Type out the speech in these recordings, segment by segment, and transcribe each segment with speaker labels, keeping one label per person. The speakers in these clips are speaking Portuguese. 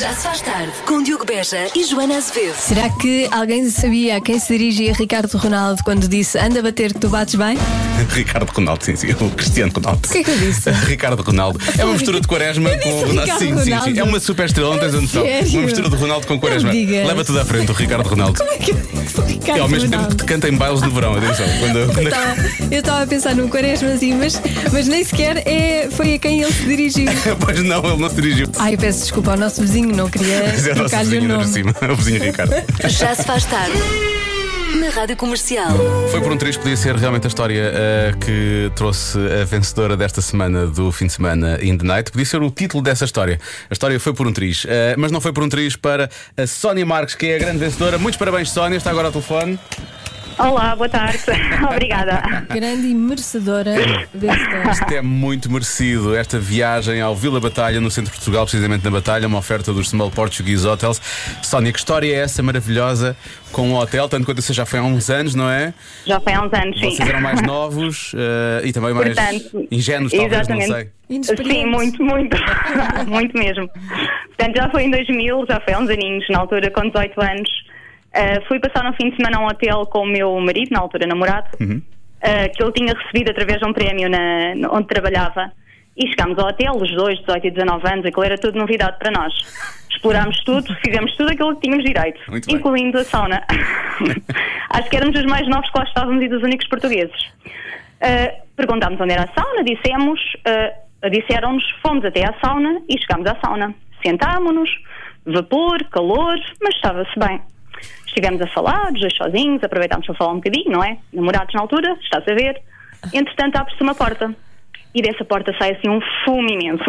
Speaker 1: Já se faz tarde com Diogo Beja e Joana Azevedo.
Speaker 2: Será que alguém sabia a quem se dirigia Ricardo Ronaldo quando disse anda a bater que tu bates bem?
Speaker 3: Ricardo Ronaldo, sim, sim. O Cristiano Ronaldo.
Speaker 2: O que é que eu disse?
Speaker 3: Ricardo Ronaldo. É uma mistura de Quaresma
Speaker 2: Eu
Speaker 3: com
Speaker 2: disse Ricardo
Speaker 3: Sim, sim, sim.
Speaker 2: Ronaldo. É
Speaker 3: É uma super estrela, não tens a noção.
Speaker 2: sério?
Speaker 3: Uma mistura de Ronaldo com Quaresma.
Speaker 2: Não digas.
Speaker 3: Leva tudo à frente, o Ricardo Ronaldo.
Speaker 2: Como é que eu disse Ricardo
Speaker 3: E ao mesmo tempo
Speaker 2: Ronaldo?
Speaker 3: que te canta em bailes de verão, atenção. Quando,
Speaker 2: Eu
Speaker 3: quando-
Speaker 2: estava- Eu estava a pensar num quaresma assim, mas, mas nem sequer é, foi a quem ele se dirigiu.
Speaker 3: Pois não, ele não se dirigiu.
Speaker 2: Ai, eu peço desculpa ao nosso vizinho, não queria
Speaker 3: Mas é o nosso
Speaker 2: trocar-lhe Ah, o
Speaker 3: vizinho ainda por
Speaker 2: nome.
Speaker 3: cima, o vizinho Ricardo.
Speaker 1: Já se faz tarde na Rádio Comercial.
Speaker 3: Foi por um triz, podia ser realmente a história uh, que trouxe a vencedora desta semana do fim de semana In the Night. Podia ser o título dessa história. A história foi por um triz, uh, mas não foi por um triz para a Sónia Marques, que é a grande vencedora. Muitos parabéns, Sónia. Está agora ao telefone.
Speaker 4: Olá, boa tarde. Obrigada.
Speaker 2: Grande e merecedora desta.
Speaker 3: Isto é muito merecido. Esta viagem ao Vila Batalha, no centro de Portugal, precisamente na Batalha, uma oferta dos Small Portuguese Hotels. Sónia, que história é essa maravilhosa com o hotel? Tanto quanto você já foi há uns anos, não é?
Speaker 4: Já foi há uns anos, sim.
Speaker 3: Vocês eram mais novos eh, e também mais
Speaker 4: Portanto,
Speaker 3: ingênuos, talvez,
Speaker 4: exatamente.
Speaker 3: não sei.
Speaker 2: Inexperiente.
Speaker 4: Sim, muito, muito. muito mesmo. Portanto, já foi em 2000, já foi há uns aninhos, na altura, com 18 anos. Ah, fui passar um fim de semana a um hotel com o meu marido, na altura namorado,
Speaker 3: Uhum.
Speaker 4: ah, que ele tinha recebido através de um prémio na, no- onde trabalhava. E chegámos ao hotel, os dois, 18 e 19 anos, aquilo era tudo novidade para nós. Explorámos tudo, fizemos tudo aquilo que tínhamos direito,
Speaker 3: Muito bem.
Speaker 4: incluindo a sauna. Acho que éramos os mais novos que lá estávamos e dos únicos portugueses. Uh, perguntámos onde era a sauna, dissemos, uh, disseram-nos, fomos até à sauna e chegámos à sauna. Sentámonos, vapor, calor, mas estava-se bem. Estivemos a falar, os dois sozinhos, aproveitámos para falar um bocadinho, não é? Namorados na altura, está-se a ver. Entretanto, abre-se uma porta e dessa porta sai assim um fumo imenso.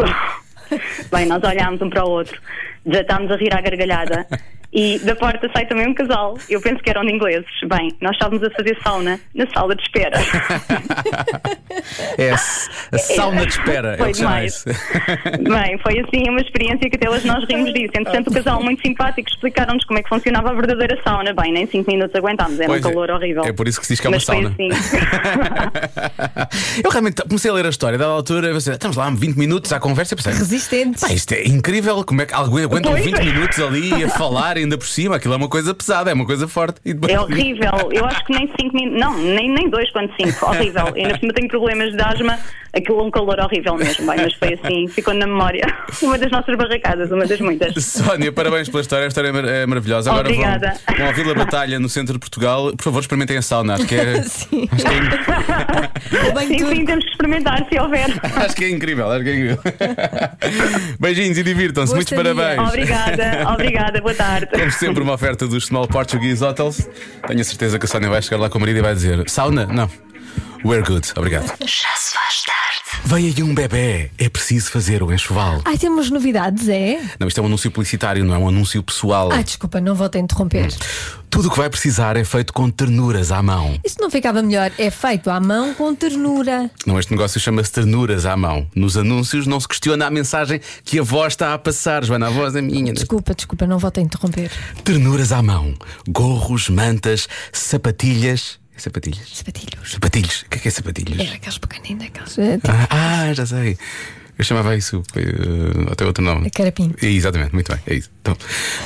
Speaker 4: Bem, nós olhámos um para o outro, desatámos a rir à gargalhada. E da porta sai também um casal. Eu penso que eram de ingleses. Bem, nós estávamos a fazer sauna na sala de espera.
Speaker 3: É a, s- a sauna de espera, é o
Speaker 4: Foi
Speaker 3: que chama
Speaker 4: demais. um
Speaker 3: isso.
Speaker 4: Bem, foi assim uma experiência que até hoje nós rimos disso. Entretanto, o casal muito simpático explicaram-nos como é que funcionava a verdadeira sauna. Bem, nem 5 minutos aguentámos, era um
Speaker 3: Pois é.
Speaker 4: calor horrível.
Speaker 3: É por isso que se diz que é uma
Speaker 4: Mas foi
Speaker 3: sauna.
Speaker 4: assim.
Speaker 3: eu realmente comecei a ler a história, dada altura, eu pensei, estamos lá há 20 minutos à conversa, eu pensei.
Speaker 2: Resistentes.
Speaker 3: Pá, isto é incrível, como é que alguém aguenta
Speaker 4: Pois.
Speaker 3: 20 minutos ali a falar ainda por cima, aquilo é uma coisa pesada, é uma coisa forte. E depois-
Speaker 4: É horrível. Eu acho que nem 5 minutos. Não, nem, nem dois quando 5. Horrível. Eu ainda por cima tenho problemas de asma. Aquilo é um calor horrível mesmo. Bem, mas foi assim, ficou na memória. Uma das nossas barracadas, uma das muitas.
Speaker 3: Sónia, parabéns pela história, a história é mar- é maravilhosa. Agora
Speaker 4: Obrigada.
Speaker 3: vão, vão à Vila Batalha, no centro de Portugal. Por favor, experimentem a sauna, acho que é,
Speaker 2: Sim.
Speaker 3: acho que é in-
Speaker 2: O bem
Speaker 4: Sim, sim,
Speaker 2: turco.
Speaker 4: temos que experimentar se houver.
Speaker 3: acho que é incrível, acho que é incrível. Beijinhos e divirtam-se,
Speaker 2: Boa
Speaker 3: muitos
Speaker 2: estadia.
Speaker 3: parabéns.
Speaker 4: Obrigada, obrigada, boa tarde.
Speaker 3: Como sempre, uma oferta dos Small Portuguese Hotels. Tenho a certeza que a Sónia vai chegar lá com o marido e vai dizer: Sauna? Não. We're good. Obrigado.
Speaker 1: Já se faz tarde.
Speaker 3: Veio aí um bebê. É preciso fazer o enxoval.
Speaker 2: Ai, temos novidades, é?
Speaker 3: Não, isto é um anúncio publicitário, não é um anúncio pessoal.
Speaker 2: Ai, desculpa, não vou te interromper.
Speaker 3: Tudo o que vai precisar é feito com ternuras à mão.
Speaker 2: Isto não ficava melhor. É feito à mão com ternura.
Speaker 3: Não, este negócio chama-se ternuras à mão. Nos anúncios não se questiona a mensagem que a voz está a passar. Joana, a voz é minha.
Speaker 2: Desculpa, desculpa, não vou te interromper.
Speaker 3: Ternuras à mão. Gorros, mantas, sapatilhas. É sapatilhas?
Speaker 2: Sapatilhos.
Speaker 3: Sapatilhos. O que é, que é sapatilhos?
Speaker 2: Era aqueles pequeninos, aqueles. eh, tipo,
Speaker 3: Ah, ah, já sei. Eu chamava isso eh, até outro nome.
Speaker 2: A carapinho.
Speaker 3: É, Exatamente, muito bem, é isso. Então,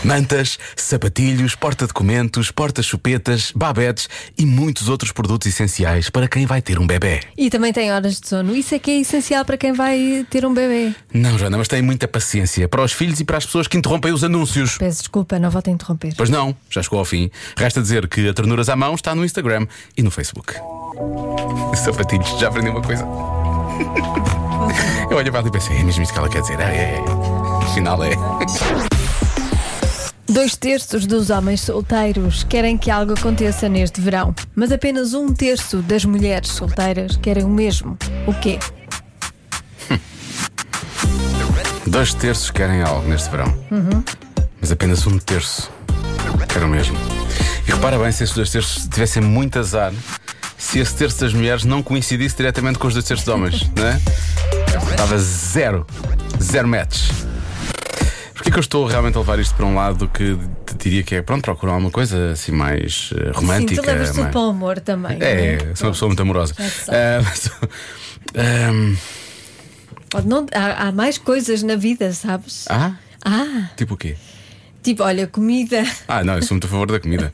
Speaker 3: mantas, sapatilhos, porta-documentos, porta-chupetas, babetes e muitos outros produtos essenciais para quem vai ter um bebê.
Speaker 2: E também tem horas de sono. Isso é que é essencial para quem vai ter um bebê.
Speaker 3: Não, Joana, mas tem muita paciência para os filhos e para as pessoas que interrompem os anúncios.
Speaker 2: Peço desculpa, não vou te interromper.
Speaker 3: Pois não, já chegou ao fim. Resta dizer que a Ternuras à Mão está no Instagram e no Facebook. Sapatilhos, já aprendi uma coisa. Eu olho para ela e pensei, é mesmo isto que ela quer dizer. É, é, é. Afinal é.
Speaker 2: Dois terços dos homens solteiros querem que algo aconteça neste verão, mas apenas um terço das mulheres solteiras querem o mesmo. O quê?
Speaker 3: Dois terços querem algo neste verão.
Speaker 2: Uhum.
Speaker 3: Mas apenas um terço quer o mesmo. E repara bem se esses dois terços tivessem muito azar se esse terço das mulheres não coincidisse diretamente com os dois terços dos homens, não é? Estava zero. Zero match. Porquê que eu estou realmente a levar isto para um lado que te diria que é, pronto, procuram alguma coisa assim mais eh, romântica?
Speaker 2: Sim, tu levas tudo
Speaker 3: mais-
Speaker 2: para o É amor também.
Speaker 3: É,
Speaker 2: não
Speaker 3: sou uma pessoa muito amorosa.
Speaker 2: Já se sabe.
Speaker 3: Ah, mas, ehm, ah,
Speaker 2: Pode não- há, há mais coisas na vida, sabes?
Speaker 3: Ah?
Speaker 2: Ah,
Speaker 3: Tipo o quê?
Speaker 2: tipo, olha, comida,
Speaker 3: Ah, não, eu sou muito a favor da comida.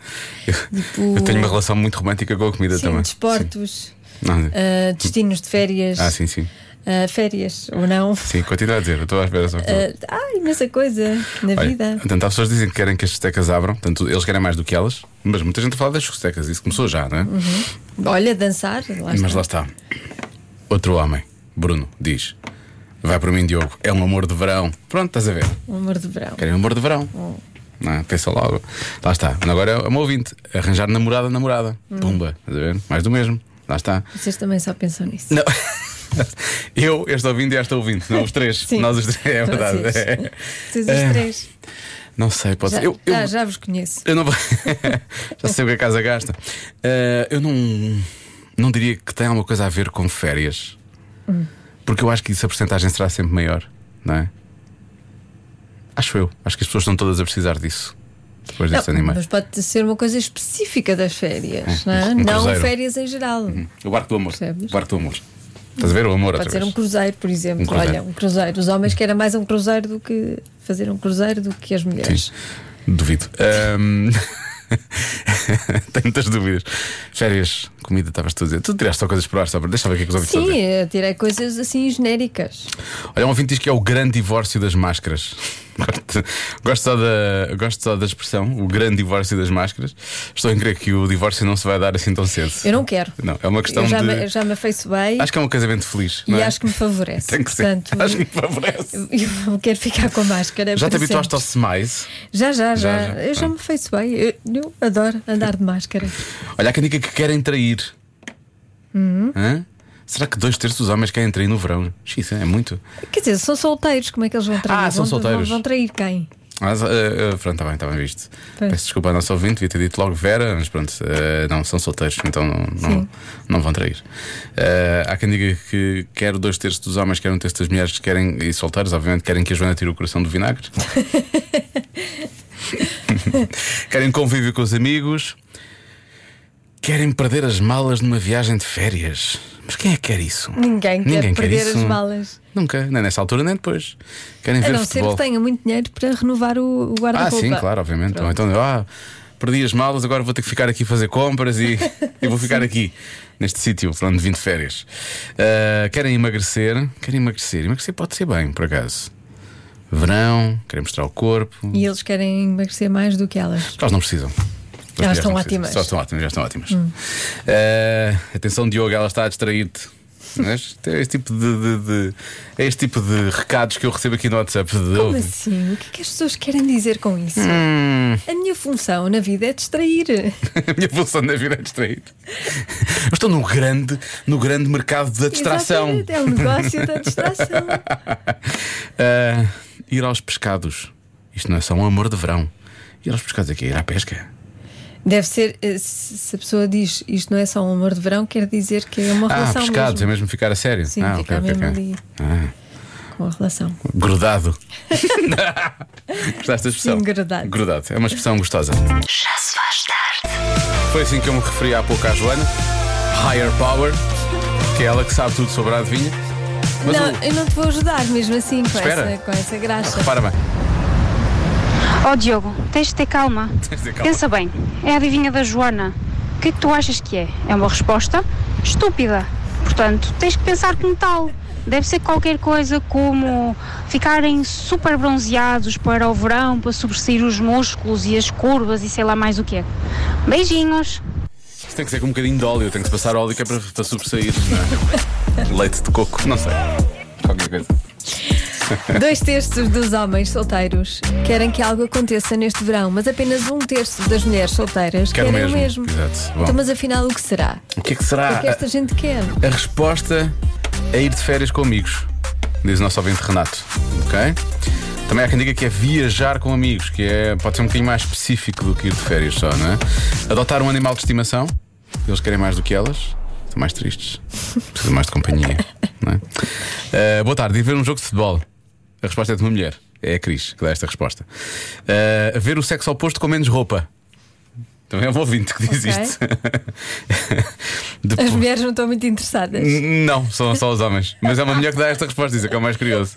Speaker 3: Eu,
Speaker 2: Tipo-
Speaker 3: eu tenho uma relação muito romântica com a comida
Speaker 2: sim,
Speaker 3: também.
Speaker 2: desportos,
Speaker 3: Sim. Não,
Speaker 2: ah, destinos de férias,
Speaker 3: Ah, sim, sim.
Speaker 2: ah, férias ou não.
Speaker 3: Sim, continua a dizer, eu estou à espera só. que tu-
Speaker 2: Ah, há imensa coisa na
Speaker 3: Olha,
Speaker 2: vida.
Speaker 3: Portanto, há pessoas que dizem que querem que as discotecas abram, portanto, eles querem mais do que elas, mas muita gente fala das discotecas, isso começou já, não é?
Speaker 2: Olha, dançar, lá
Speaker 3: Mas
Speaker 2: Uhum. está.
Speaker 3: lá está. Outro homem, Bruno, diz: Vai para mim, Diogo, é um amor de verão. Pronto, estás a ver?
Speaker 2: Um amor de verão.
Speaker 3: Querem um amor de verão.
Speaker 2: Hum.
Speaker 3: Não, é? pensa logo. Lá está. Agora é uma ouvinte: arranjar namorada, namorada.
Speaker 2: Hum.
Speaker 3: Pumba, estás a ver? Mais do mesmo. Lá está.
Speaker 2: Vocês também só pensam nisso.
Speaker 3: Não. Eu, este ouvinte e esta ouvinte, não os três.
Speaker 2: Sim.
Speaker 3: Nós os três, é verdade.
Speaker 2: Vocês.
Speaker 3: É.
Speaker 2: Vocês os
Speaker 3: É.
Speaker 2: três.
Speaker 3: Não sei, pode
Speaker 2: Já,
Speaker 3: ser. Eu, eu-
Speaker 2: já, já vos conheço.
Speaker 3: eu não vou. Já sei o que a casa gasta. Eh, eu não. Não diria que tem alguma coisa a ver com férias.
Speaker 2: Hum.
Speaker 3: Porque eu acho que isso a porcentagem será sempre maior, não é? Acho eu. Acho que as pessoas estão todas a precisar disso. Depois destes
Speaker 2: Não,
Speaker 3: animais.
Speaker 2: mas pode ser uma coisa específica das férias, não, é?
Speaker 3: um
Speaker 2: Não
Speaker 3: cruzeiro.
Speaker 2: férias em geral.
Speaker 3: O barco do amor.
Speaker 2: Percebes?
Speaker 3: O barco do amor. Estás a ver? O amor
Speaker 2: Pode
Speaker 3: outra
Speaker 2: ser
Speaker 3: vez.
Speaker 2: um cruzeiro, por exemplo.
Speaker 3: Um cruzeiro.
Speaker 2: Olha, um cruzeiro. Os homens querem mais um cruzeiro do que fazer um cruzeiro do que as mulheres.
Speaker 3: Sim, é duvido. Ahm, Tenho muitas dúvidas. Férias, comida, estavas tu a dizer. Tu tiraste só coisas por ar, só para. Deixa eu ver o que é que os ouvintes estão a
Speaker 2: Sim,
Speaker 3: dizer.
Speaker 2: eu tirei coisas assim genéricas.
Speaker 3: Olha, um ouvinte diz que é o grande divórcio das máscaras. Gosto- Gosto só, da, gosto só da expressão, o grande divórcio das máscaras. Estou a crer que o divórcio não se vai dar assim tão cedo.
Speaker 2: Eu não quero.
Speaker 3: Não, é uma questão
Speaker 2: Eu já,
Speaker 3: de.
Speaker 2: me, eu já me afeiçoei
Speaker 3: Acho que é um casamento feliz.
Speaker 2: e
Speaker 3: não é?
Speaker 2: acho que me favorece.
Speaker 3: Tem que ser.
Speaker 2: Portanto,
Speaker 3: Acho que me favorece.
Speaker 2: eu eu quero ficar com a máscara.
Speaker 3: Já te
Speaker 2: para
Speaker 3: habituaste
Speaker 2: sempre.
Speaker 3: ao smile?
Speaker 2: Já, já, já.
Speaker 3: Já, já.
Speaker 2: Eu já me afeiçoei. Eu, eu adoro andar de máscara.
Speaker 3: Olha, há quem diga que querem trair. Hã? Será que dois terços dos homens querem trair no verão? Xis, é muito.
Speaker 2: Quer dizer, são solteiros, como é que eles vão trair?
Speaker 3: Ah, são
Speaker 2: Vão-
Speaker 3: solteiros.
Speaker 2: Vão, vão trair quem?
Speaker 3: Mas, eh, eh, pronto, está bem, está bem visto.
Speaker 2: Pois.
Speaker 3: Peço desculpa ao nosso ouvinte, devia ter dito logo Vera, mas pronto, eh, não, são solteiros, então não, não,
Speaker 2: Sim.
Speaker 3: não vão trair. Eh, há quem diga que quer dois terços dos homens, quer um terço das mulheres, que querem, e solteiros, obviamente, querem que a Joana tire o coração do vinagre. querem convívio com os amigos. Querem perder as malas numa viagem de férias. Mas quem é que quer isso?
Speaker 2: Ninguém quer perder as malas.
Speaker 3: Nunca, nem nessa altura, nem depois. Querem
Speaker 2: A
Speaker 3: ver
Speaker 2: não ser
Speaker 3: futebol.
Speaker 2: que tenha muito dinheiro para renovar o, o
Speaker 3: Ah,
Speaker 2: guarda-roupa.
Speaker 3: sim, claro, obviamente. Ou então, ah, perdi as malas, agora vou ter que ficar aqui fazer compras e, e vou ficar aqui, neste sítio, para onde vim de férias. Ah, querem emagrecer? Querem emagrecer? Emagrecer pode ser bem, por acaso. Verão, querem mostrar o corpo.
Speaker 2: E eles querem emagrecer mais do que elas.
Speaker 3: Elas não precisam. As mulheres
Speaker 2: estão
Speaker 3: não precisam.
Speaker 2: ótimas. Hum.
Speaker 3: Só estão ótimas, já estão ótimas. Ah, atenção, Diogo, ela está a distrair-te. Não É Este é este tipo de, de- de- é este tipo de recados que eu recebo aqui no WhatsApp. De,
Speaker 2: Como
Speaker 3: ouve.
Speaker 2: assim? O que é que as pessoas querem dizer com isso?
Speaker 3: Hum.
Speaker 2: A minha função na vida é distrair.
Speaker 3: A minha função na vida é distrair. Eu estou no grande, no grande mercado da distração.
Speaker 2: Exatamente, é o negócio da distração.
Speaker 3: Ah, ir aos pescados. Isto não é só um amor de verão. Ir aos pescados aqui, ir à pesca.
Speaker 2: Deve ser, eh, se se a pessoa diz isto não é só um amor de verão, quer dizer que é uma
Speaker 3: Ah,
Speaker 2: relação
Speaker 3: pescados, é
Speaker 2: mesmo
Speaker 3: mesmo ficar a sério.
Speaker 2: Sim,
Speaker 3: ah,
Speaker 2: ficar
Speaker 3: ok, ok,
Speaker 2: mesmo
Speaker 3: ok.
Speaker 2: ali.
Speaker 3: Ah,
Speaker 2: com a relação.
Speaker 3: grudado. Gostaste da expressão?
Speaker 2: Sim, grudado.
Speaker 3: Grudado. É uma expressão gostosa.
Speaker 1: Já se faz tarde.
Speaker 3: Foi assim que eu me referi há pouco à Joana. Higher Power, que é ela que sabe tudo sobre a adivinha. Mas
Speaker 2: não,
Speaker 3: o-
Speaker 2: eu não te vou ajudar mesmo assim com,
Speaker 3: Espera. Ah,
Speaker 2: essa, com essa graxa.
Speaker 3: repara bem.
Speaker 5: Ó Diogo, tens de ter calma.
Speaker 3: Tens de ter calma.
Speaker 5: Pensa bem, é a adivinha da Joana. O que é que tu achas que é? É uma resposta estúpida. Portanto, tens que pensar como tal. Deve ser qualquer coisa como ficarem super bronzeados para o verão, para sobressair os músculos e as curvas e sei lá mais o que é. Beijinhos!
Speaker 3: Isto tem que ser com um bocadinho de óleo, tem que se passar óleo que é para, para sobressair. não é? Leite de coco, não sei. Qualquer coisa.
Speaker 2: Dois terços dos homens solteiros querem que algo aconteça neste verão, mas apenas um terço das mulheres solteiras
Speaker 3: Quer o
Speaker 2: querem
Speaker 3: mesmo.
Speaker 2: o mesmo.
Speaker 3: Exato. Bom.
Speaker 2: Então, mas afinal, o que será?
Speaker 3: O que é que será?
Speaker 2: O que é que esta gente quer?
Speaker 3: A, a resposta é ir de férias com amigos, diz o nosso ouvinte Renato. Ok? Também há quem diga que é viajar com amigos, que é, pode ser um bocadinho mais específico do que ir de férias só, não é? Adotar um animal de estimação, eles querem mais do que elas, estão mais tristes, precisam mais de companhia, não é? Eh, boa tarde, ir ver um jogo de futebol. A resposta é de uma mulher, é a Cris que dá esta resposta. Eh, ver o sexo oposto com menos roupa. Também é um ouvinte que diz
Speaker 2: Ok.
Speaker 3: isto. Depois-
Speaker 2: As mulheres não estão muito interessadas.
Speaker 3: N- Não, são só os homens. Mas é uma mulher que dá esta resposta, isso é que é o mais curioso.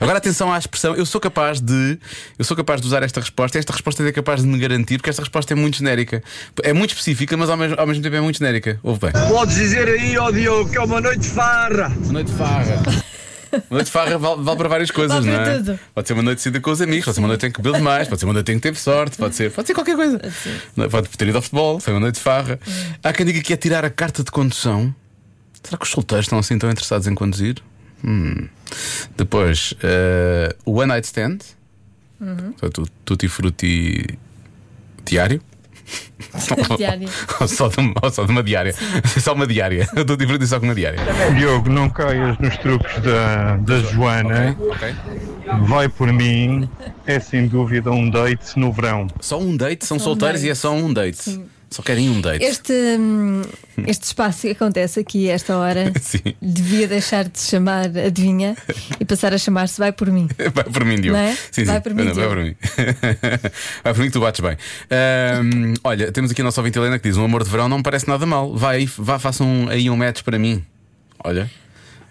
Speaker 3: Agora atenção à expressão. Eu sou capaz de. Eu sou capaz de usar esta resposta. Esta resposta é capaz de me garantir, porque esta resposta é muito genérica. É muito específica, mas ao mesmo, ao mesmo tempo é muito genérica. Ouve bem.
Speaker 6: Podes dizer aí, ó Diogo, que é uma noite de farra.
Speaker 3: Noite de farra. Noite de farra vale, vale para várias coisas,
Speaker 2: Vale
Speaker 3: não
Speaker 2: para
Speaker 3: é?
Speaker 2: tudo.
Speaker 3: Pode ser uma noite de saída com os amigos, pode ser uma noite em que bebeu demais, pode ser uma noite em que teve sorte, pode ser, pode ser qualquer coisa. Não é? Pode ter ido ao futebol, foi uma noite de farra. Há quem diga que é tirar a carta de condução. Será que os solteiros estão assim tão interessados em conduzir? Hum. Depois, eh, o One Night Stand.
Speaker 2: Uhum.
Speaker 3: Portanto, o Tutti Frutti diário.
Speaker 2: Diário.
Speaker 3: ou, só de, uma- ou só de uma diária. Só uma diária. Eu estou divertido só com uma diária.
Speaker 7: Diogo, não caias nos truques da, da Joana.
Speaker 3: Ok.
Speaker 7: Vai por mim. É sem dúvida um date no verão.
Speaker 3: Só um date, são
Speaker 2: Só um
Speaker 3: solteiros
Speaker 2: date.
Speaker 3: e é só um date. Só querem um date.
Speaker 2: Este, hum, este espaço que acontece aqui a esta hora
Speaker 3: Sim.
Speaker 2: devia deixar de se chamar adivinha e passar a chamar-se vai por mim.
Speaker 3: Vai por mim, Diogo.
Speaker 2: Não é?
Speaker 3: Sim,
Speaker 2: Vai
Speaker 3: sim.
Speaker 2: por mim,
Speaker 3: Não, vai
Speaker 2: Diogo.
Speaker 3: por mim. vai por mim que tu bates bem. Ahm, olha, temos aqui a nossa ouvinte Helena que diz: um amor de verão não me parece nada mal. Vai aí, vá, façam um- aí um match para mim. Olha.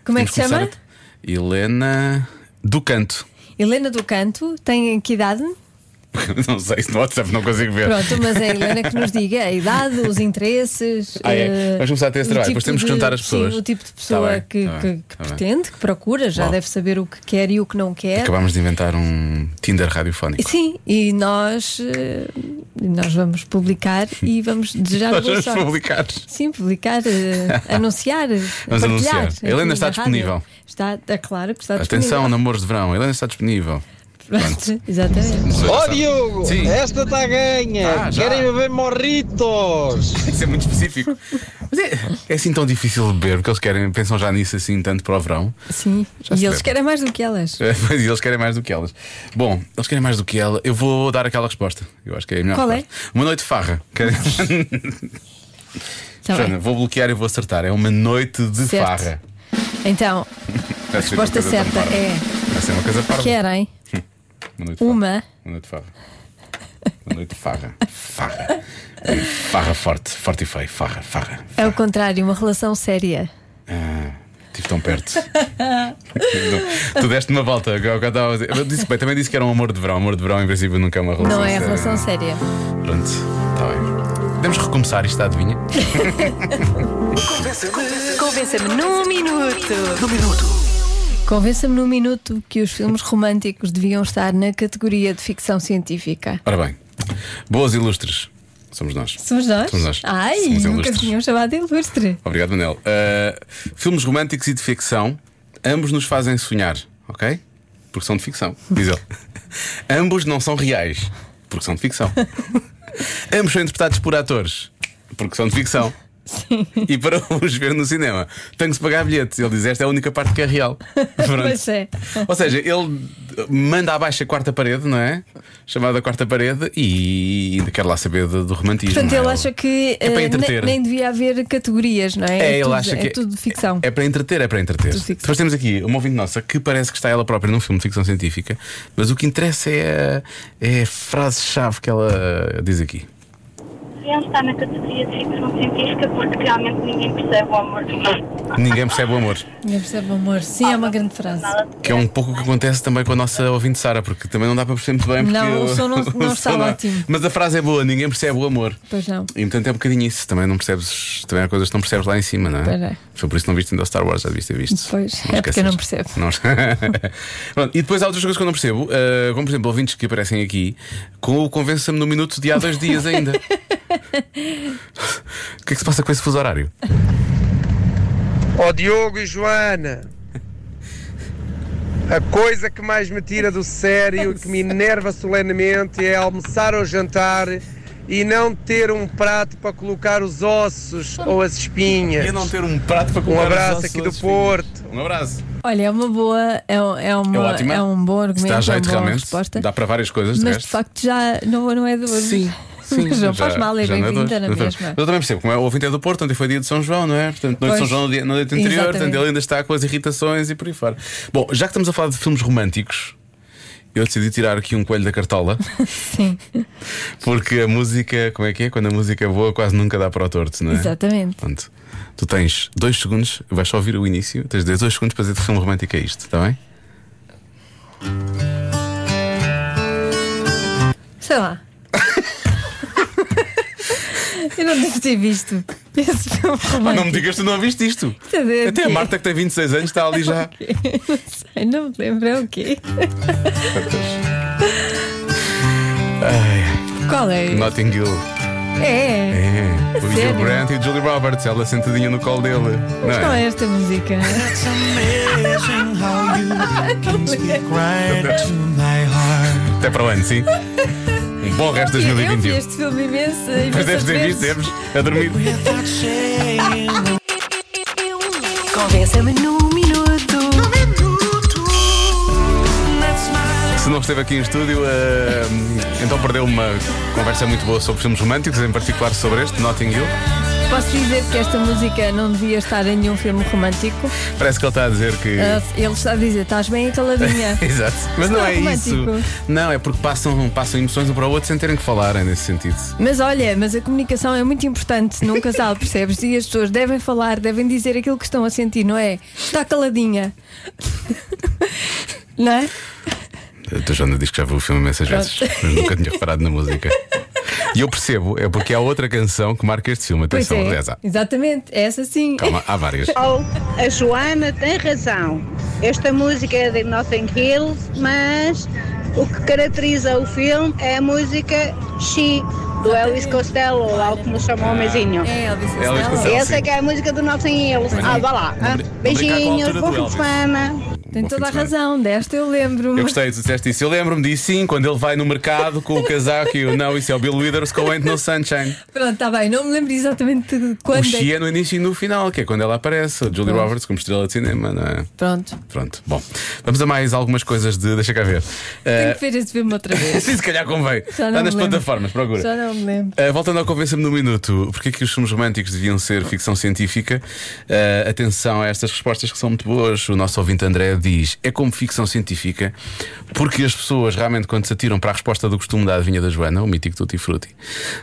Speaker 2: Como é que se
Speaker 3: temos
Speaker 2: chama?
Speaker 3: começar a- Helena do Canto.
Speaker 2: Helena do Canto, tem que idade?
Speaker 3: não sei se no WhatsApp não consigo ver.
Speaker 2: Pronto, mas é a Helena que nos diga a idade, os interesses.
Speaker 3: Ah, é.
Speaker 2: eh,
Speaker 3: Vamos começar a ter esse
Speaker 2: o
Speaker 3: trabalho, depois temos que
Speaker 2: de-
Speaker 3: juntar as pessoas.
Speaker 2: Sim, o tipo de
Speaker 3: Tá
Speaker 2: pessoa
Speaker 3: bem,
Speaker 2: que,
Speaker 3: tá
Speaker 2: que-
Speaker 3: bem,
Speaker 2: que
Speaker 3: tá bem.
Speaker 2: pretende, que procura, já
Speaker 3: Bom.
Speaker 2: deve saber o que quer e o que não quer.
Speaker 3: Acabámos de inventar um Tinder radiofónico.
Speaker 2: E Sim, e nós, eh, nós vamos publicar e vamos desejar é
Speaker 3: Nós
Speaker 2: boa
Speaker 3: vamos
Speaker 2: sorte.
Speaker 3: publicar.
Speaker 2: Sim, publicar, eh, anunciar. é Vamos
Speaker 3: anunciar.
Speaker 2: A
Speaker 3: Helena está disponível.
Speaker 2: Está, é claro que está
Speaker 3: Atenção, é?
Speaker 2: disponível.
Speaker 3: namoros de verão. Helena está disponível.
Speaker 2: Pronto, Exatamente.
Speaker 6: Ó Diogo,
Speaker 3: Sim.
Speaker 6: esta está ganha.
Speaker 3: Ah, já.
Speaker 6: Querem beber morritos.
Speaker 3: Isso é muito específico. Mas é, é assim tão difícil de beber, porque eles querem, pensam já nisso assim tanto para o verão.
Speaker 2: Sim,
Speaker 3: Já
Speaker 2: e
Speaker 3: se
Speaker 2: eles
Speaker 3: bebe.
Speaker 2: querem mais do que elas.
Speaker 3: Mas eles querem mais do que elas. Bom, eles querem mais do que ela. Eu vou dar aquela resposta. Eu acho que é a melhor
Speaker 2: Qual é?
Speaker 3: resposta. Uma noite de farra. Querem-
Speaker 2: Tá bem.
Speaker 3: Joana, vou bloquear e vou acertar. É uma noite de
Speaker 2: Certo.
Speaker 3: farra.
Speaker 2: Então,
Speaker 3: A
Speaker 2: resposta certa é
Speaker 3: Vai ser uma coisa parva.
Speaker 2: querem
Speaker 3: Uma noite de farra.
Speaker 2: uma.
Speaker 3: Uma noite de farra. Uma noite de farra. Farra. Farra forte. Forte e feio. Farra, farra.
Speaker 2: É o contrário, uma relação séria.
Speaker 3: Estive Ah, tão perto. Não, tu deste uma volta. que é o que Eu, estava a dizer. eu disse, bem, também disse que era um amor de verão. Amor de verão, em princípio, nunca é uma relação.
Speaker 2: Não é a
Speaker 3: séria.
Speaker 2: relação séria.
Speaker 3: Pronto, está bem. Podemos recomeçar isto, adivinha?
Speaker 1: Convença-me num minuto.
Speaker 2: Convença-me num minuto que os filmes românticos deviam estar na categoria de ficção científica.
Speaker 3: Ora bem, boas ilustres. Somos nós.
Speaker 2: Somos nós?
Speaker 3: Somos nós.
Speaker 2: Ai,
Speaker 3: Somos
Speaker 2: nunca
Speaker 3: ilustres.
Speaker 2: tinham chamado de ilustre.
Speaker 3: Obrigado, Manel. Uh, filmes românticos e de ficção, ambos nos fazem sonhar, ok? Porque são de ficção, diz ele. ambos não são reais, porque são de ficção. ambos são interpretados por atores, porque são de ficção. Sim. E para os ver no cinema, tem que se pagar bilhetes. Ele diz: Esta é a única parte que é real. Pronto.
Speaker 2: Pois é.
Speaker 3: Ou seja, ele manda abaixo a quarta parede, não é? Chamada quarta parede, e ainda quer lá saber do, do romantismo.
Speaker 2: Portanto,
Speaker 3: não é?
Speaker 2: ele acha que
Speaker 3: É para
Speaker 2: eh,
Speaker 3: entreter.
Speaker 2: nem, nem devia haver categorias, não é?
Speaker 3: É, ele
Speaker 2: tudo,
Speaker 3: acha que
Speaker 2: é tudo de ficção.
Speaker 3: É, para entreter, é para entreter.
Speaker 2: Tudo ficção.
Speaker 3: Depois temos aqui uma ouvinte nossa que parece que está ela própria num filme de ficção científica, mas o que interessa é a, é a frase-chave que ela diz aqui.
Speaker 8: Ele está na categoria de ficção científica porque realmente ninguém percebe o amor.
Speaker 3: Ninguém percebe o amor,
Speaker 2: Ninguém percebe o amor. Sim, é uma grande frase.
Speaker 3: que é um pouco o que acontece também com a nossa ouvinte Sara, porque também não dá para perceber muito bem. porque
Speaker 2: Não, o som não-
Speaker 3: o
Speaker 2: não está
Speaker 3: som
Speaker 2: ótimo.
Speaker 3: Mas a frase é boa, ninguém percebe o amor.
Speaker 2: Pois não.
Speaker 3: E portanto é um bocadinho isso, também não percebes, também há coisas que não percebes lá em cima, não é?
Speaker 2: Pois é.
Speaker 3: Foi por isso que não viste ainda o Star Wars, já devias ter visto.
Speaker 2: Pois, é porque eu não percebo.
Speaker 3: Não- Pronto, e depois há outras coisas que eu não percebo, eh, como por exemplo, ouvintes que aparecem aqui com o Convença-me no Minuto de há dois dias ainda. o que é que se passa com esse fuso horário?
Speaker 6: Ó Diogo e Joana. A coisa que mais me tira do sério e que me enerva solenemente é almoçar ou jantar e não ter um prato para colocar os ossos ou as espinhas.
Speaker 3: Eu não ter um prato para
Speaker 6: Um
Speaker 3: colocar
Speaker 6: abraço aqui do Porto.
Speaker 3: Um abraço.
Speaker 2: Olha, é uma boa. É, um- é
Speaker 3: É
Speaker 2: uma,
Speaker 3: ótima.
Speaker 2: é um bom argumento.
Speaker 3: Está a
Speaker 2: é uma
Speaker 3: jeito
Speaker 2: boa
Speaker 3: realmente.
Speaker 2: resposta.
Speaker 3: Dá para várias coisas. de
Speaker 2: Mas de
Speaker 3: resto.
Speaker 2: facto já não, não é de hoje.
Speaker 3: Sim. Sim,
Speaker 2: Mas não faz mal, é
Speaker 3: já não
Speaker 2: bem-vinda
Speaker 3: dois.
Speaker 2: na mesma.
Speaker 3: Mas eu também percebo, como é, o ouvinte é do Porto, ontem foi dia de São João, não é? Portanto, noite de São
Speaker 2: Pois.
Speaker 3: João no dia- na noite anterior,
Speaker 2: Exatamente.
Speaker 3: portanto, ele ainda está com as irritações e por aí fora. Bom, já que estamos a falar de filmes românticos, eu decidi tirar aqui um coelho da cartola,
Speaker 2: Sim,
Speaker 3: porque a música, como é que é? Quando a música é boa, quase nunca dá para o torto, não é?
Speaker 2: exatamente.
Speaker 3: Portanto, tu tens dois segundos, vais só ouvir o início, tens dois dois segundos para dizer que filme romântico é isto, está bem?
Speaker 2: Sei lá. Eu não devo ter visto esse filme romântico.
Speaker 3: Ah, Não me digas que tu não ouviste isto.
Speaker 2: é de-
Speaker 3: Até a Marta, que tem 26 anos, está ali já.
Speaker 2: Não sei, não me lembro é o quê. Qual é?
Speaker 3: Notting Hill.
Speaker 2: É.
Speaker 3: É. O Gil
Speaker 2: sério?
Speaker 3: Brandt e o Julie Roberts, ela sentadinha no colo dele. Não
Speaker 2: Mas qual
Speaker 3: é?
Speaker 2: é esta música?
Speaker 3: Até para o ano, sim. Um bom resto de
Speaker 2: é. Eu vi
Speaker 3: 2021.
Speaker 2: este filme imenso.
Speaker 3: Mas
Speaker 2: imensas
Speaker 3: deves ter visto,
Speaker 2: vezes.
Speaker 3: deves, a dormir.
Speaker 1: Convença-me num minuto.
Speaker 3: Se não esteve aqui em estúdio, eh, então perdeu uma conversa muito boa sobre filmes românticos, em particular sobre este, Notting Hill.
Speaker 2: Posso dizer que esta música não devia estar em nenhum filme romântico?
Speaker 3: Parece que ele está a dizer que.
Speaker 2: Ah, ele está a dizer: estás bem então, caladinha.
Speaker 3: Exato. Mas
Speaker 2: Isso
Speaker 3: não
Speaker 2: não
Speaker 3: é
Speaker 2: é
Speaker 3: isso.
Speaker 2: romântico.
Speaker 3: Não, é porque passam, passam emoções um para o outro sem terem que falar, é nesse sentido.
Speaker 2: Mas olha, mas a comunicação é muito importante num casal, percebes? E as pessoas devem falar, devem dizer aquilo que estão a sentir, não é? Está caladinha. Não é?
Speaker 3: A tua Joana diz que já viu o filme imensas vezes, mas nunca tinha reparado na música. E eu percebo, é porque há outra canção que marca este filme.
Speaker 2: Pois
Speaker 3: Atenção,
Speaker 2: é.
Speaker 3: aliás, há-
Speaker 2: Exatamente, essa sim.
Speaker 3: Calma, há várias.
Speaker 9: A Joana tem razão. Esta música é de Nothing Hill, mas o que caracteriza o filme é a música She, do Elvis Costello, lá o que nos chamou o mesinho.
Speaker 2: É Elvis
Speaker 3: Elvis
Speaker 2: Costello.
Speaker 3: Costello.
Speaker 9: Essa é que é a música do Nothing Hill. Ah, vá lá.
Speaker 3: Não
Speaker 9: ah.
Speaker 3: brin- não
Speaker 9: Beijinhos,
Speaker 3: brincar com é a altura
Speaker 9: bom
Speaker 3: do
Speaker 9: fim de
Speaker 3: Elvis.
Speaker 9: semana.
Speaker 2: Tem
Speaker 3: Bom fim
Speaker 2: toda a
Speaker 3: de semana.
Speaker 2: razão, desta eu lembro-me.
Speaker 3: Eu gostei, tu disseste isso. Eu lembro-me disso, sim, quando ele vai no mercado com o casaco e o não, isso é o Bill Withers com o Ain't No Sunshine.
Speaker 2: Pronto, está bem, não me lembro exatamente de quando.
Speaker 3: O
Speaker 2: é que-
Speaker 3: Xi é no início e no final, que é quando ela aparece. O Julie
Speaker 2: Pois.
Speaker 3: Roberts como estrela de cinema, não é?
Speaker 2: Pronto,
Speaker 3: Pronto, bom. Vamos a mais algumas coisas de. Deixa cá ver.
Speaker 2: tenho
Speaker 3: Eh,
Speaker 2: que ver este filme outra vez.
Speaker 3: sim, É assim, se calhar convém.
Speaker 2: Já
Speaker 3: Está
Speaker 2: não
Speaker 3: nas
Speaker 2: me lembro.
Speaker 3: plataformas, procura.
Speaker 2: Já não me lembro.
Speaker 3: Uh, voltando ao Convença-me no Minuto, porque é que os filmes românticos deviam ser ficção científica? Uh, atenção a estas respostas que são muito boas. O nosso ouvinte André diz: é como ficção científica, porque as pessoas realmente, quando se atiram para a resposta do costume da adivinha da Joana, o mítico Tutti Frutti,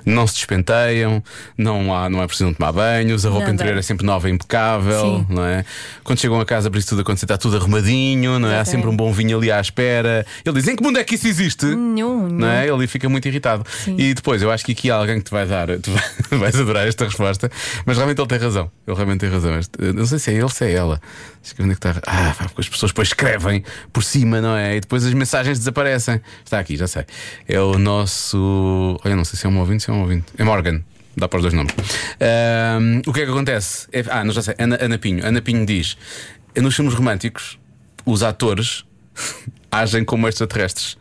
Speaker 3: não se despenteiam, não, há, não é preciso tomar banhos, a roupa
Speaker 2: Nada.
Speaker 3: interior é sempre nova e impecável,
Speaker 2: Sim.
Speaker 3: não é? Quando chegam a casa, por isso tudo acontecer, está tudo arrumadinho, não é? Há
Speaker 2: Exatamente.
Speaker 3: sempre um bom vinho ali à espera. Ele diz: em que mundo é que isso existe?
Speaker 2: Nenhum, nenhum.
Speaker 3: não é? Ele fica muito irritado. E depois, eu acho que aqui há alguém que te vai dar, tu vai- vais adorar esta resposta, mas realmente ele tem razão. Ele realmente tem razão. Este- eu Não sei se é ele, se é ela. Acho que onde é que está. Ah, pá, porque as pessoas depois escrevem por cima, não é? E depois as mensagens desaparecem. Está aqui, já sei. É o nosso. Olha, não sei se é um ouvinte, se é um ouvinte. É Morgan. Dá para os dois nomes. Ahm, o que é que acontece? É- ah, não já sei. Ana, Ana Pinho. Ana Pinho diz: nos filmes românticos, os atores agem como extraterrestres.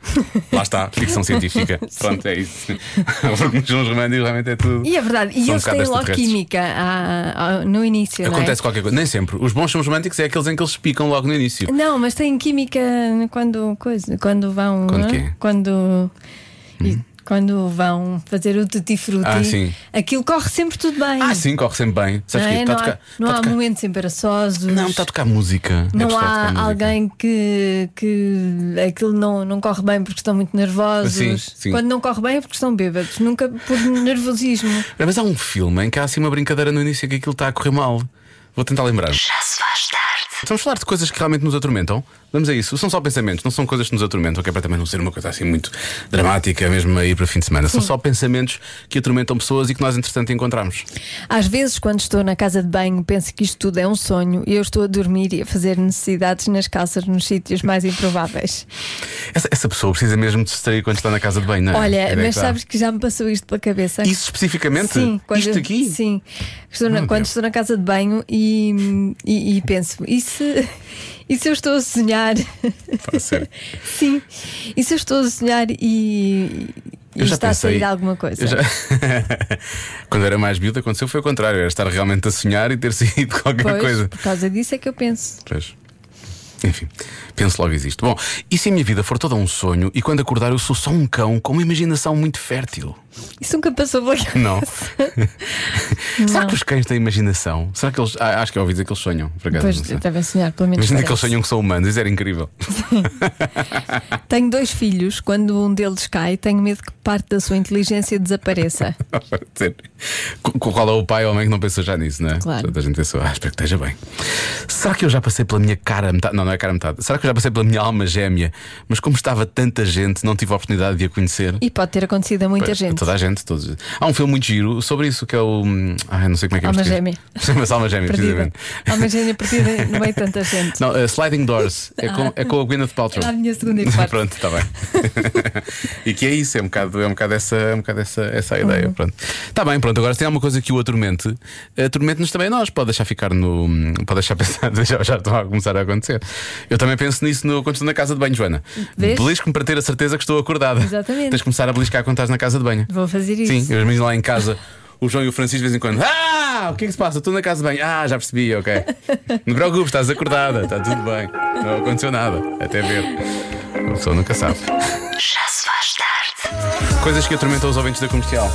Speaker 3: Lá está, ficção científica. Pronto, é isso. Porque nos filmes românticos realmente é tudo.
Speaker 2: E é verdade, e
Speaker 3: São um
Speaker 2: eles
Speaker 3: bocado
Speaker 2: têm logo
Speaker 3: extraterrestres.
Speaker 2: química ah, ah, no início,
Speaker 3: Acontece qualquer coisa. Nem sempre. Os bons filmes românticos é aqueles em que eles picam logo no início.
Speaker 2: não é? Não, mas têm química quando, coisa, quando vão.
Speaker 3: Quando
Speaker 2: não é?
Speaker 3: quê? Uhum.
Speaker 2: Quando. e Quando vão fazer o tutti frutti,
Speaker 3: Ah, sim.
Speaker 2: aquilo corre sempre tudo bem.
Speaker 3: Ah, sim, corre sempre bem.
Speaker 2: é? Não,
Speaker 3: Sabes
Speaker 2: é?
Speaker 3: quê? Tá
Speaker 2: não
Speaker 3: a
Speaker 2: há,
Speaker 3: tocar-
Speaker 2: não
Speaker 3: tá a
Speaker 2: há
Speaker 3: tocar-
Speaker 2: momentos embaraçosos.
Speaker 3: Não, está a tocar música. É
Speaker 2: Não
Speaker 3: pessoal tocar
Speaker 2: há
Speaker 3: música.
Speaker 2: alguém que, que aquilo não, não corre bem porque estão muito nervosos.
Speaker 3: Sim, sim.
Speaker 2: Quando não corre bem é porque estão bêbados, nunca por nervosismo.
Speaker 3: Mas há um filme em que há assim uma brincadeira no início que aquilo está a correr mal. Vou tentar lembrar.
Speaker 1: Já se faz tarde.
Speaker 3: Vamos falar de coisas que realmente nos atormentam. Vamos a isso. São só pensamentos, não são coisas que nos atormentam, que é para também não ser uma coisa assim muito dramática, mesmo aí para o fim de semana. São só pensamentos que atormentam pessoas e que nós, entretanto, encontramos.
Speaker 2: Às vezes, quando estou na casa de banho, penso que isto tudo é um sonho e eu estou a dormir e a fazer necessidades nas calças nos sítios mais improváveis.
Speaker 3: Essa, essa pessoa precisa mesmo de se distrair quando está na casa de banho, não é?
Speaker 2: Olha,
Speaker 3: É daí
Speaker 2: mas
Speaker 3: que dá.
Speaker 2: sabes que já me passou isto pela cabeça.
Speaker 3: Isso especificamente?
Speaker 2: Sim, quando
Speaker 3: Isto
Speaker 2: eu-
Speaker 3: aqui?
Speaker 2: Sim. Estou na-
Speaker 3: Meu
Speaker 2: quando
Speaker 3: Deus.
Speaker 2: estou na casa de banho e, e, e penso, e se, e se eu estou a sonhar?
Speaker 3: Pá, sério.
Speaker 2: Sim. E se eu estou a sonhar e, e
Speaker 3: Eu já
Speaker 2: está
Speaker 3: pensei.
Speaker 2: a sair alguma coisa?
Speaker 3: Eu já- quando era mais miúdo, aconteceu foi o contrário. Era estar realmente a sonhar e ter saído qualquer
Speaker 2: Pois,
Speaker 3: coisa.
Speaker 2: por causa disso é que eu penso.
Speaker 3: Pois. Enfim, penso logo existe. Bom, e se a minha vida for toda um sonho e quando acordar eu sou só um cão com uma imaginação muito fértil?
Speaker 2: Isso nunca passou por
Speaker 3: Não. Será
Speaker 2: Não.
Speaker 3: que os cães têm imaginação? Será que eles. ah, acho que é ouvi dizer que eles sonham, por acaso.
Speaker 2: Depois
Speaker 3: não sei.
Speaker 2: devem sonhar, pelo menos.
Speaker 3: Imagina que eles
Speaker 2: parece.
Speaker 3: sonham que são humanos, isso era incrível.
Speaker 2: Tenho dois filhos. Quando um deles cai, tenho medo que parte da sua inteligência desapareça.
Speaker 3: Quer dizer, co- Qual é o pai ou a mãe que não pensou já nisso, não é?
Speaker 2: Claro.
Speaker 3: Toda a gente pensou, ah, espero que esteja bem. Será que eu já passei pela minha cara a metade? Não, não é cara a metade. Será que eu já passei pela minha alma gêmea? Mas como estava tanta gente, não tive a oportunidade de a conhecer.
Speaker 2: E pode ter acontecido a muita
Speaker 3: Pois,
Speaker 2: gente.
Speaker 3: Toda a gente, todos. Há um filme muito giro sobre isso que é o. hum, Ai, não sei como é que é
Speaker 2: Alma
Speaker 3: português.
Speaker 2: Gêmea.
Speaker 3: Chama-se Alma Gêmea,
Speaker 2: Perdida.
Speaker 3: precisamente.
Speaker 2: Há uma gênia perdida no meio de tanta gente.
Speaker 3: Não, eh, Sliding Doors. É
Speaker 2: Ah.
Speaker 3: com, é com a Gwyneth Paltrow.
Speaker 2: Era a minha segunda hipótese.
Speaker 3: Pronto, está bem. e que é isso, é um bocado, é um bocado essa, é um bocado essa, essa a
Speaker 2: Uhum.
Speaker 3: ideia. Pronto. Está bem, pronto. Agora se tem alguma coisa que o atormente, atormente-nos também a nós. Pode deixar ficar no. Pode deixar pensar, já, já estão a começar a acontecer. Eu também penso nisso no, quando estou na casa de banho, Joana.
Speaker 2: Vês?
Speaker 3: Belisco-me para ter a certeza que estou acordada.
Speaker 2: Exatamente.
Speaker 3: Tens de começar a beliscar quando estás na casa de banho.
Speaker 2: Vou fazer
Speaker 3: Sim,
Speaker 2: isso.
Speaker 3: eu imagino lá em casa o João e o Francisco de vez em quando. Ah, o que é que se passa? Estou na casa de banho. Ah, já percebi, ok. Não te preocupes, estás acordada, está tudo bem. Não aconteceu nada, até ver. A pessoa nunca sabe.
Speaker 1: Já se faz tarde.
Speaker 3: Coisas que atormentam os ouvintes da comercial.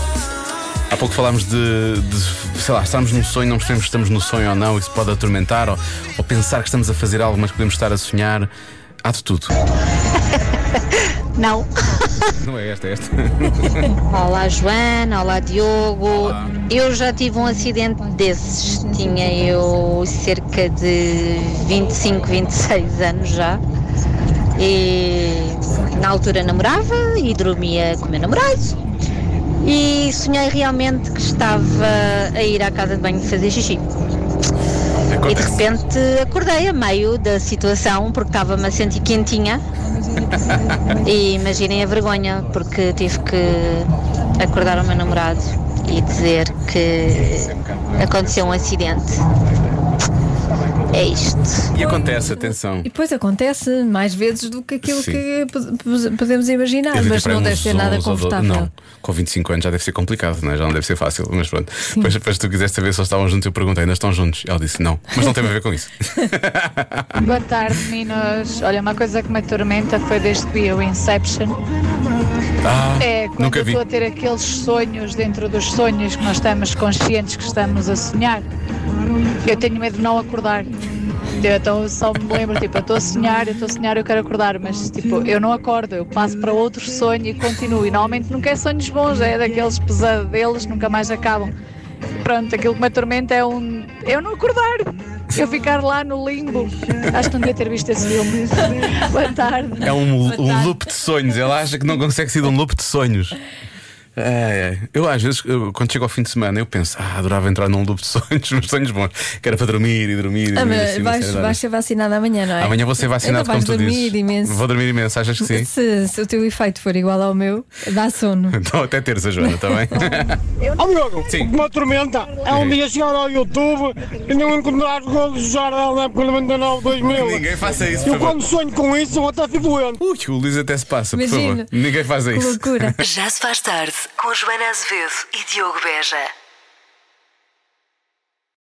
Speaker 3: Há pouco falámos de, de, sei lá, estarmos num sonho, não percebemos se estamos no sonho ou não, isso pode atormentar, ou, ou pensar que estamos a fazer algo, mas podemos estar a sonhar. Há de tudo.
Speaker 5: Não.
Speaker 3: Não é esta, é esta.
Speaker 10: Olá Joana, olá Diogo. Eu já tive um acidente desses. Tinha eu cerca de 25, 26 anos já. E na altura namorava e dormia com o meu namorado. E sonhei realmente que estava a ir à casa de banho fazer xixi. E de
Speaker 3: Acontece.
Speaker 10: repente acordei a meio da situação porque estava-me a sentir quentinha. E imaginem a vergonha, porque tive que acordar o meu namorado e dizer que aconteceu um acidente. É isto.
Speaker 3: E acontece, atenção.
Speaker 2: E depois acontece mais vezes do que aquilo
Speaker 3: Sim.
Speaker 2: que po- po- podemos imaginar,
Speaker 3: Eu diria
Speaker 2: mas
Speaker 3: para
Speaker 2: não
Speaker 3: uns
Speaker 2: deve ser nada
Speaker 3: 11 ou 12
Speaker 2: confortável. Ah,
Speaker 3: Não, com 25 anos já deve ser complicado, não é? já não deve ser fácil, mas pronto. Depois, depois tu quiseste saber se eles estavam juntos, eu perguntei, ainda estão juntos? Ela disse não, mas não tem a ver com isso.
Speaker 11: Boa tarde, meninas. Olha, uma coisa que me atormenta foi desde que vi o Inception.
Speaker 3: Ah,
Speaker 11: É quando
Speaker 3: nunca
Speaker 11: eu
Speaker 3: vi.
Speaker 11: estou a ter aqueles sonhos dentro dos sonhos que nós estamos conscientes que estamos a sonhar. Eu tenho medo de não acordar. Eu, então eu só me lembro, tipo, eu estou a sonhar, eu estou a sonhar, eu quero acordar, mas tipo, eu não acordo, eu passo para outro sonho e continuo. E normalmente nunca é sonhos bons, é daqueles pesadelos, nunca mais acabam. Pronto, aquilo que me atormenta é um. Eu não acordar, eu ficar lá no limbo. Acho que não devia ter visto esse filme. Boa tarde.
Speaker 3: É um, um loop de sonhos, ela acha que não consegue sair de um loop de sonhos. Ai, ai. Eu às vezes, eu, quando chego ao fim de semana, eu penso, ah, adorava entrar num loop de sonhos, mas sonhos bons, que era para dormir e dormir e
Speaker 2: Ah,
Speaker 3: dormir.
Speaker 2: mas
Speaker 3: assim,
Speaker 2: vais,
Speaker 3: não sei,
Speaker 2: vais ser vacinada amanhã, não é?
Speaker 3: Amanhã vou ser vacinado,
Speaker 2: Então
Speaker 3: como
Speaker 2: vais
Speaker 3: tu
Speaker 2: dormir
Speaker 3: dizes.
Speaker 2: imenso.
Speaker 3: Vou dormir imenso, achas que sim?
Speaker 2: Se, se o teu efeito for igual ao meu, dá sono.
Speaker 3: Então até terça, Joana, está bem?
Speaker 12: Ó Diogo,
Speaker 3: Sim. Uhum.
Speaker 12: o que me atormenta é um dia chegar ao YouTube e não encontrar os gols do Jardel na época 99, 2000.
Speaker 3: Ninguém faça isso, por
Speaker 12: Eu quando
Speaker 3: favor.
Speaker 12: sonho com isso, eu até fico doente.
Speaker 3: Ui, o Luís até se passa, por
Speaker 2: Imagina.
Speaker 3: favor. Ninguém faça
Speaker 2: Que
Speaker 3: isso.
Speaker 2: loucura.
Speaker 1: Já se faz tarde com Joana Azevedo e Diogo Beja.